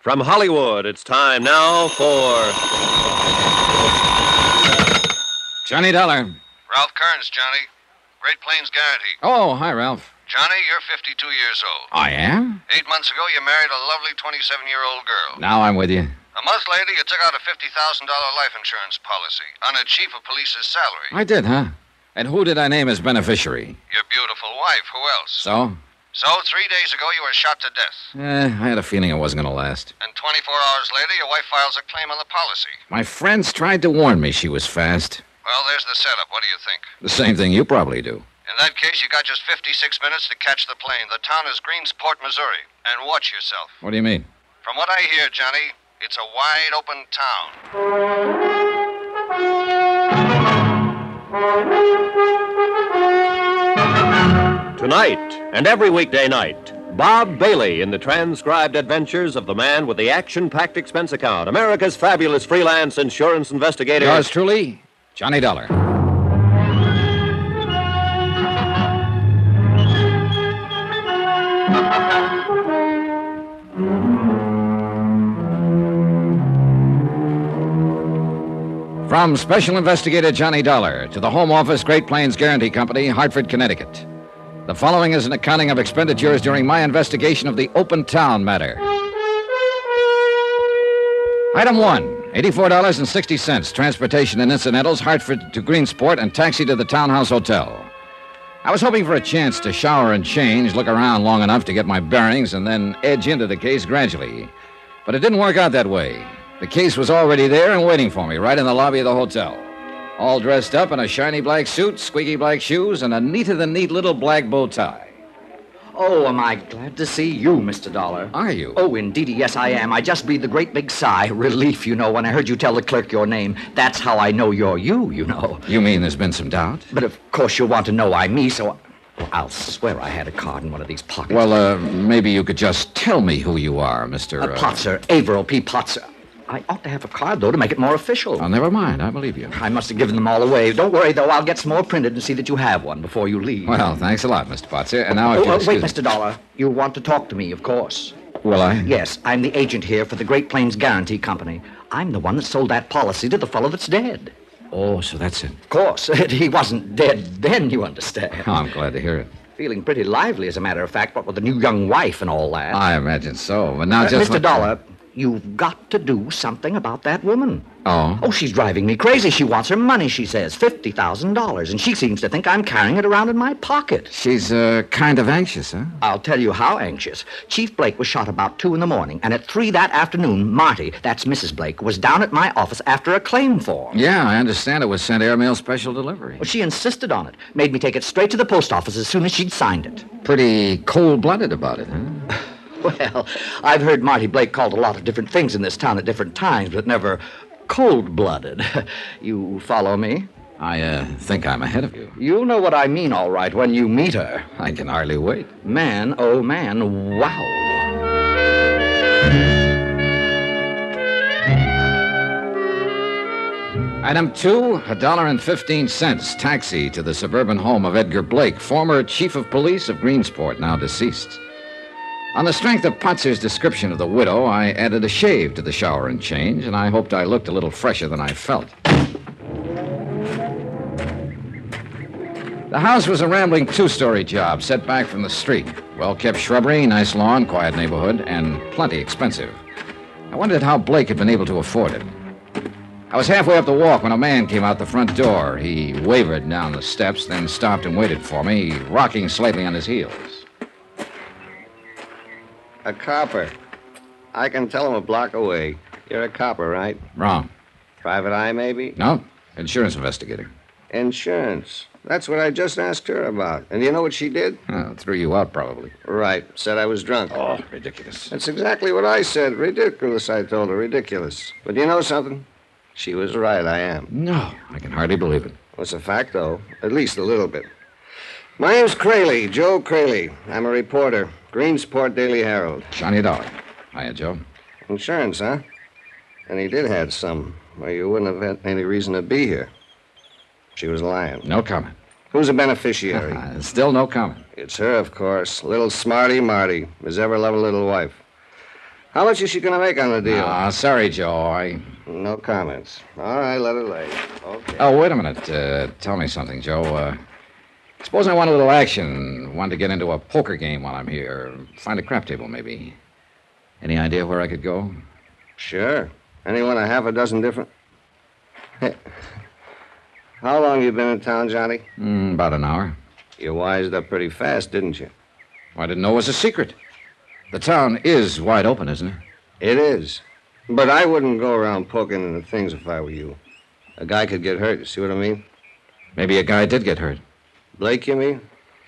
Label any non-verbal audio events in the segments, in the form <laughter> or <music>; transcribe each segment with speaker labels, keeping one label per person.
Speaker 1: From Hollywood, it's time now for.
Speaker 2: Johnny Dollar.
Speaker 3: Ralph Kearns, Johnny. Great Plains Guarantee.
Speaker 2: Oh, hi, Ralph.
Speaker 3: Johnny, you're 52 years old.
Speaker 2: I am?
Speaker 3: Eight months ago, you married a lovely 27 year old girl.
Speaker 2: Now I'm with you.
Speaker 3: A month later, you took out a $50,000 life insurance policy on a chief of police's salary.
Speaker 2: I did, huh? And who did I name as beneficiary?
Speaker 3: Your beautiful wife, who else?
Speaker 2: So?
Speaker 3: So, three days ago, you were shot to death.
Speaker 2: Eh, I had a feeling it wasn't going to last.
Speaker 3: And 24 hours later, your wife files a claim on the policy.
Speaker 2: My friends tried to warn me she was fast.
Speaker 3: Well, there's the setup. What do you think?
Speaker 2: The same thing you probably do.
Speaker 3: In that case, you got just 56 minutes to catch the plane. The town is Greensport, Missouri. And watch yourself.
Speaker 2: What do you mean?
Speaker 3: From what I hear, Johnny, it's a wide open town.
Speaker 1: Tonight and every weekday night, Bob Bailey in the transcribed adventures of the man with the action packed expense account, America's fabulous freelance insurance investigator.
Speaker 2: Yours truly, Johnny Dollar. From Special Investigator Johnny Dollar to the Home Office Great Plains Guarantee Company, Hartford, Connecticut. The following is an accounting of expenditures during my investigation of the open town matter. Item one $84.60, transportation and incidentals, Hartford to Greensport, and taxi to the Townhouse Hotel. I was hoping for a chance to shower and change, look around long enough to get my bearings, and then edge into the case gradually. But it didn't work out that way. The case was already there and waiting for me right in the lobby of the hotel. All dressed up in a shiny black suit, squeaky black shoes, and a neater than neat little black bow tie.
Speaker 4: Oh, am I glad to see you, Mr. Dollar.
Speaker 2: Are you?
Speaker 4: Oh, indeed, yes, I am. I just breathed a great big sigh. Relief, you know, when I heard you tell the clerk your name. That's how I know you're you, you know.
Speaker 2: You mean there's been some doubt?
Speaker 4: But of course you'll want to know I'm me, so I'll swear I had a card in one of these pockets.
Speaker 2: Well, uh, maybe you could just tell me who you are, Mr.
Speaker 4: Uh, Potzer, Averill P. Potzer. I ought to have a card, though, to make it more official.
Speaker 2: Oh, never mind. I believe you.
Speaker 4: I must have given them all away. Don't worry, though. I'll get some more printed and see that you have one before you leave.
Speaker 2: Well, thanks a lot, Mr. Potzer. And now if
Speaker 4: Oh,
Speaker 2: you'll
Speaker 4: uh, wait,
Speaker 2: excuse
Speaker 4: Mr. Dollar. You want to talk to me, of course.
Speaker 2: me- Will I?
Speaker 4: Yes, I'm the agent here for the Great Plains Guarantee Company. I'm the one that sold that policy to the fellow that's dead.
Speaker 2: Oh, so that's it.
Speaker 4: Of course, <laughs> he wasn't dead then, you understand.
Speaker 2: Oh, I'm glad to hear it.
Speaker 4: Feeling pretty lively, as a matter of fact, what with the new young wife and all that.
Speaker 2: I imagine so. But now
Speaker 4: Uh,
Speaker 2: Uh, just...
Speaker 4: Mr.
Speaker 2: let-
Speaker 4: Dollar, you've got to do something about that woman.
Speaker 2: Oh.
Speaker 4: Oh, she's driving me crazy. She wants her money, she says. $50,000. And she seems to think I'm carrying it around in my pocket.
Speaker 2: She's uh, kind of anxious, huh?
Speaker 4: I'll tell you how anxious. Chief Blake was shot about two in the morning, and at three that afternoon, Marty, that's Mrs. Blake, was down at my office after a claim form.
Speaker 2: Yeah, I understand it was sent airmail special delivery.
Speaker 4: Well, she insisted on it, made me take it straight to the post office as soon as she'd signed it. <laughs>
Speaker 2: Pretty cold-blooded about it, huh?
Speaker 4: Well, I've heard Marty Blake called a lot of different things in this town at different times, but never cold blooded. <laughs> You follow me?
Speaker 2: I uh, think I'm ahead of you.
Speaker 4: You'll know what I mean, all right, when you meet her.
Speaker 2: I can hardly wait.
Speaker 4: Man, oh man, wow.
Speaker 2: Item two, a dollar and fifteen cents taxi to the suburban home of Edgar Blake, former chief of police of Greensport, now deceased. On the strength of Potzer's description of the widow, I added a shave to the shower and change, and I hoped I looked a little fresher than I felt. The house was a rambling two story job set back from the street. Well kept shrubbery, nice lawn, quiet neighborhood, and plenty expensive. I wondered how Blake had been able to afford it. I was halfway up the walk when a man came out the front door. He wavered down the steps, then stopped and waited for me, rocking slightly on his heels.
Speaker 5: A copper. I can tell him a block away. You're a copper, right?
Speaker 2: Wrong.
Speaker 5: Private eye, maybe?
Speaker 2: No? Insurance investigator.
Speaker 5: Insurance. That's what I just asked her about. And you know what she did?
Speaker 2: Oh, threw you out, probably.
Speaker 5: Right. Said I was drunk.
Speaker 2: Oh, ridiculous.
Speaker 5: That's exactly what I said. Ridiculous, I told her. Ridiculous. But you know something? She was right, I am.
Speaker 2: No, I can hardly believe it.
Speaker 5: It's a fact, though. At least a little bit. My name's Crayley, Joe Crayley. I'm a reporter. Greensport Daily Herald.
Speaker 2: Johnny Dollar. Hiya, Joe.
Speaker 5: Insurance, huh? And he did have some, or you wouldn't have had any reason to be here. She was lying.
Speaker 2: No comment.
Speaker 5: Who's a beneficiary?
Speaker 2: <laughs> Uh, still no comment.
Speaker 5: it's her, of course. Little smarty Marty. His ever loving little wife. How much is she going to make on the deal?
Speaker 2: Ah, sorry, Joe. I...
Speaker 5: No comments. All right, let her lay. Okay.
Speaker 2: Oh, wait a minute. Uh, tell me something, Joe. Uh, suppose I want a little action. Want to get into a poker game while I'm here. Find a crap table, maybe. Any idea where I could go?
Speaker 5: Sure. Anyone a half a dozen different? <laughs> How long you been in town, Johnny?
Speaker 2: Mm, about an hour.
Speaker 5: You wised up pretty fast, didn't you?
Speaker 2: I didn't know it was a secret. The town is wide open, isn't it?
Speaker 5: It is. But I wouldn't go around poking into things if I were you. A guy could get hurt, you see what I mean?
Speaker 2: Maybe a guy did get hurt.
Speaker 5: Blake, you mean?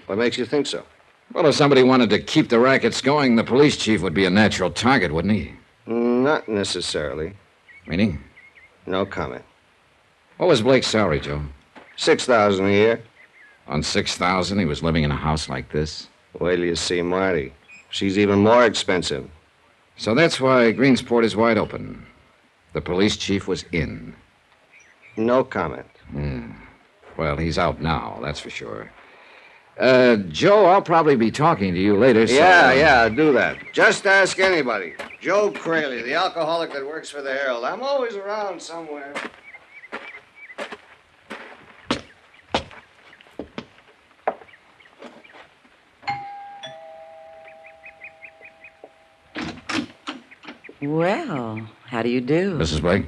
Speaker 5: What makes you think so?
Speaker 2: Well, if somebody wanted to keep the rackets going, the police chief would be a natural target, wouldn't he?
Speaker 5: Not necessarily.
Speaker 2: Meaning?
Speaker 5: No comment.
Speaker 2: What was Blake's salary, Joe?
Speaker 5: Six thousand a year.
Speaker 2: On six thousand, he was living in a house like this.
Speaker 5: Wait till you see Marty. She's even more expensive.
Speaker 2: So that's why Greensport is wide open. The police chief was in.
Speaker 5: No comment.
Speaker 2: Well, he's out now, that's for sure. Uh, Joe, I'll probably be talking to you later. So,
Speaker 5: Yeah, yeah, do that. Just ask anybody. Joe Crayley, the alcoholic that works for the Herald. I'm always around somewhere.
Speaker 6: Well, how do you do?
Speaker 2: Mrs. um, Blake,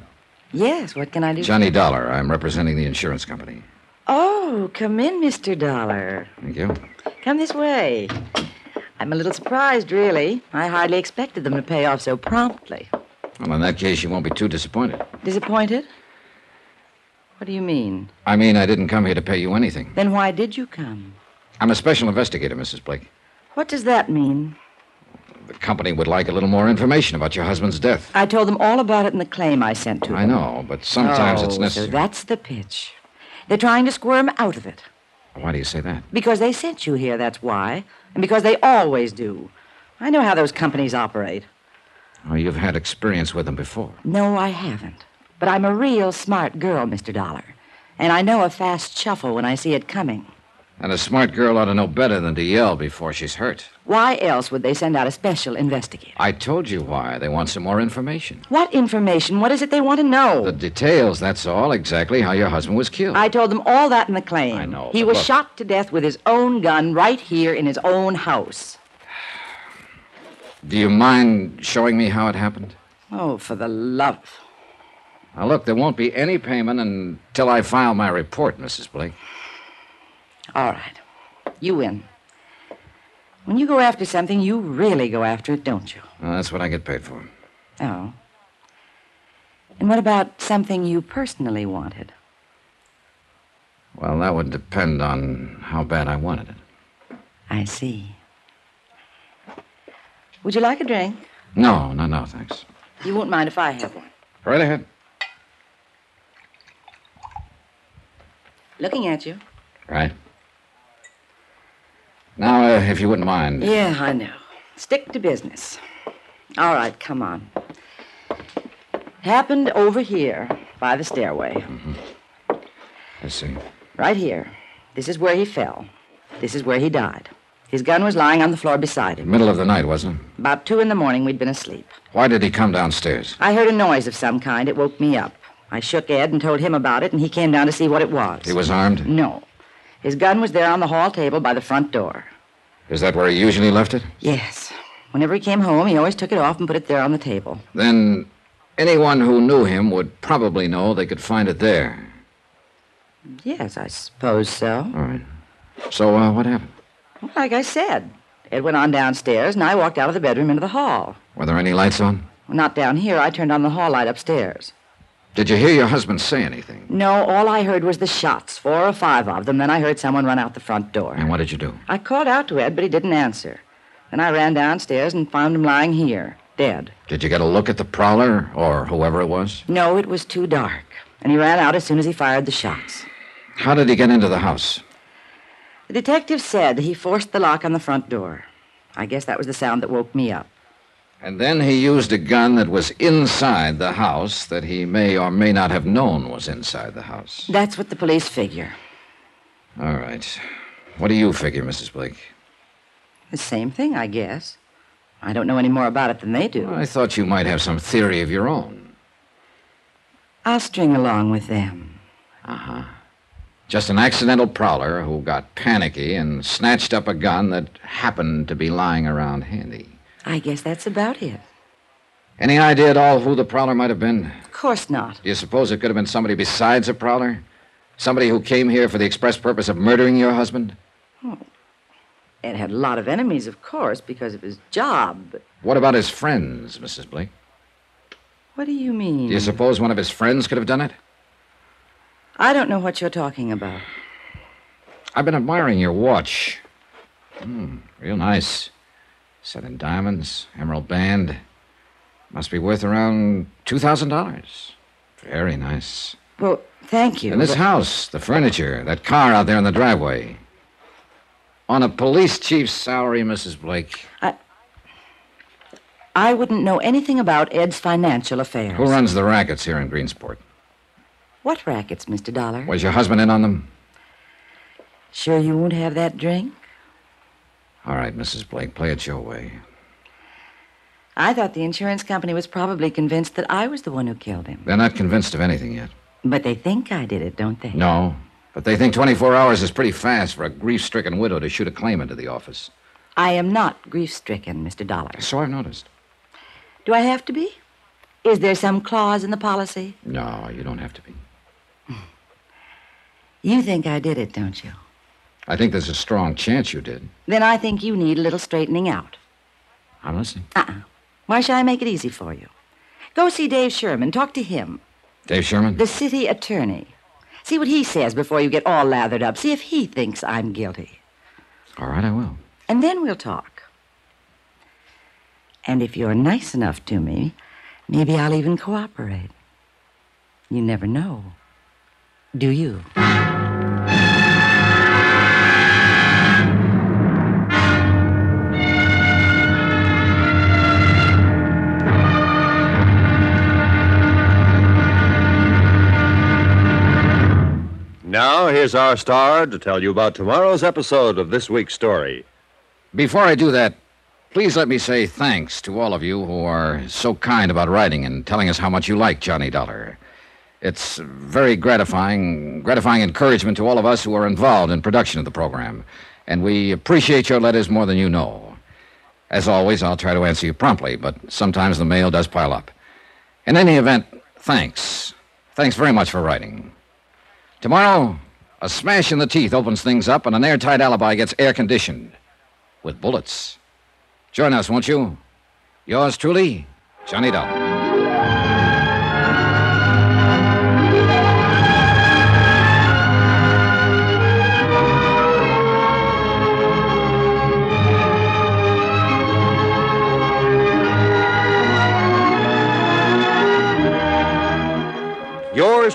Speaker 6: Yes, what can I do?
Speaker 2: Johnny Dollar. I'm representing the insurance company.
Speaker 6: Oh, come in, Mr. Dollar.
Speaker 2: Thank you.
Speaker 6: Come this way. I'm a little surprised, really. I hardly expected them to pay off so promptly.
Speaker 2: Well, in that case, you won't be too disappointed.
Speaker 6: Disappointed? What do you mean?
Speaker 2: I mean, I didn't come here to pay you anything.
Speaker 6: Then why did you come?
Speaker 2: I'm a special investigator, Mrs. Blake.
Speaker 6: What does that mean?
Speaker 2: The company would like a little more information about your husband's death.
Speaker 6: I told them all about it in the claim I sent to them.
Speaker 2: I know, but sometimes it's
Speaker 6: Oh,
Speaker 2: necessary.
Speaker 6: So that's the pitch. They're trying to squirm out of it.
Speaker 2: Why do you say that?
Speaker 6: Because they sent you here, that's why. And because they always do. I know how those companies operate.
Speaker 2: Oh, you've had experience with them before.
Speaker 6: No, I haven't. But I'm a real smart girl, Mr. Dollar. And I know a fast shuffle when I see it coming.
Speaker 2: And a smart girl ought to know better than to yell before she's hurt.
Speaker 6: Why else would they send out a special investigator?
Speaker 2: I told you why. They want some more information.
Speaker 6: What information? What is it they want to
Speaker 2: The
Speaker 6: know?
Speaker 2: details, that's all, exactly how your husband was killed.
Speaker 6: I told them all that in the claim.
Speaker 2: I know,
Speaker 6: He
Speaker 2: but
Speaker 6: was
Speaker 2: look-
Speaker 6: shot to death with his own gun right here in his own house.
Speaker 2: Do you mind showing me how it happened?
Speaker 6: Oh, for the love. of-
Speaker 2: Now, look, there won't be any payment until I file my report, Mrs. Blake.
Speaker 6: All right. You win. When you go after something, you really go after it, don't you?
Speaker 2: Now, that's what I get paid for.
Speaker 6: Oh. And what about something you personally wanted?
Speaker 2: Well, that would depend on how bad I wanted it.
Speaker 6: I see. Would you like a drink?
Speaker 2: No, no, no, thanks.
Speaker 6: You won't mind if I have one.
Speaker 2: Right ahead.
Speaker 6: Looking at you.
Speaker 2: Right. Now, uh, if you wouldn't mind.
Speaker 6: Yeah, I know. Stick to business. All right, come on. Happened over here by the stairway.
Speaker 2: I see.
Speaker 6: Right here. This is where he fell. This is where he died. His gun was lying on the floor beside him.
Speaker 2: Middle of the night, wasn't it?
Speaker 6: About two in the morning, we'd been asleep.
Speaker 2: Why did he come downstairs?
Speaker 6: I heard a noise of some kind. It woke me up. I shook Ed and told him about it, and he came down to see what it was.
Speaker 2: He was armed?
Speaker 6: No. His gun was there on the hall table by the front door.
Speaker 2: Is that where he usually left it?
Speaker 6: Yes. Whenever he came home, he always took it off and put it there on the table.
Speaker 2: Then anyone who knew him would probably know they could find it there.
Speaker 6: Yes, I suppose so.
Speaker 2: All right. So, uh, what happened?
Speaker 6: Well, like I said, Ed went on downstairs, and I walked out of the bedroom into the hall.
Speaker 2: Were there any lights on?
Speaker 6: Well, not down here. I turned on the hall light upstairs.
Speaker 2: Did you hear your husband say anything?
Speaker 6: No, all I heard was the shots, four or five of them. Then I heard someone run out the front door.
Speaker 2: And what did you do?
Speaker 6: I called out to Ed, but he didn't answer. Then I ran downstairs and found him lying here, dead.
Speaker 2: Did you get a look at the prowler or whoever it was?
Speaker 6: No, it was too dark, and he ran out as soon as he fired the shots.
Speaker 2: How did he get into the house?
Speaker 6: The detective said he forced the lock on the front door. I guess that was the sound that woke me up.
Speaker 2: And then he used a gun that was inside the house that he may or may not have known was inside the house.
Speaker 6: That's what the police figure.
Speaker 2: All right. What do you figure, Mrs. Blake?
Speaker 6: The same thing, I guess. I don't know any more about it than they do.
Speaker 2: I thought you might have some theory of your own.
Speaker 6: I'll string along with them.
Speaker 2: Just an accidental prowler who got panicky and snatched up a gun that happened to be lying around handy.
Speaker 6: I guess that's about it.
Speaker 2: Any idea at all who the prowler might have been?
Speaker 6: Of course not.
Speaker 2: Do you suppose it could have been somebody besides a prowler? Somebody who came here for the express purpose of murdering your husband?
Speaker 6: Ed had a lot of enemies, of course, because of his job. But
Speaker 2: What about his friends, Mrs. Blake?
Speaker 6: what do you mean?
Speaker 2: Do you suppose one of his friends could have done it?
Speaker 6: I don't know what you're talking about.
Speaker 2: I've been admiring your watch. Hmm, real nice. Set in diamonds, emerald band. Must be worth around $2,000. Very nice.
Speaker 6: Well, thank you.
Speaker 2: And this
Speaker 6: but-
Speaker 2: house, the furniture, that car out there in the driveway. On a police chief's salary, Mrs. Blake.
Speaker 6: I wouldn't know anything about Ed's financial affairs.
Speaker 2: Who runs the rackets here in Greensport?
Speaker 6: What rackets, Mr. Dollar?
Speaker 2: Was your husband in on them?
Speaker 6: Sure you won't have that drink?
Speaker 2: All right, Mrs. Blake, play it your way.
Speaker 6: I thought the insurance company was probably convinced that I was the one who killed him.
Speaker 2: They're not convinced of anything yet.
Speaker 6: But they think I did it, don't they?
Speaker 2: No, but they think 24 hours is pretty fast for a grief stricken widow to shoot a claim into the office.
Speaker 6: I am not grief stricken, Mr. Dollar.
Speaker 2: So I've noticed.
Speaker 6: Do I have to be? Is there some clause in the policy?
Speaker 2: No, you don't have to be.
Speaker 6: You think I did it, don't you?
Speaker 2: I think there's a strong chance you did.
Speaker 6: Then I think you need a little straightening out.
Speaker 2: I'm listening.
Speaker 6: Why should I make it easy for you? Go see Dave Sherman. Talk to him,
Speaker 2: Dave Sherman?
Speaker 6: the city attorney. See what he says before you get all lathered up. See if he thinks I'm guilty.
Speaker 2: All right, I will.
Speaker 6: And then we'll talk. And if you're nice enough to me, maybe I'll even cooperate. You never know. Do you?
Speaker 1: Now, here's our star to tell you about tomorrow's episode of this week's story.
Speaker 2: Before I do that, please let me say thanks to all of you who are so kind about writing and telling us how much you like Johnny Dollar. It's very gratifying, gratifying encouragement to all of us who are involved in production of the program, and we appreciate your letters more than you know. As always, I'll try to answer you promptly, but sometimes the mail does pile up. In any event, thanks. Thanks very much for writing. Tomorrow, a smash in the teeth opens things up, and an airtight alibi gets air conditioned with bullets. Join us, won't you? Yours truly, Johnny Dollar.
Speaker 1: Yours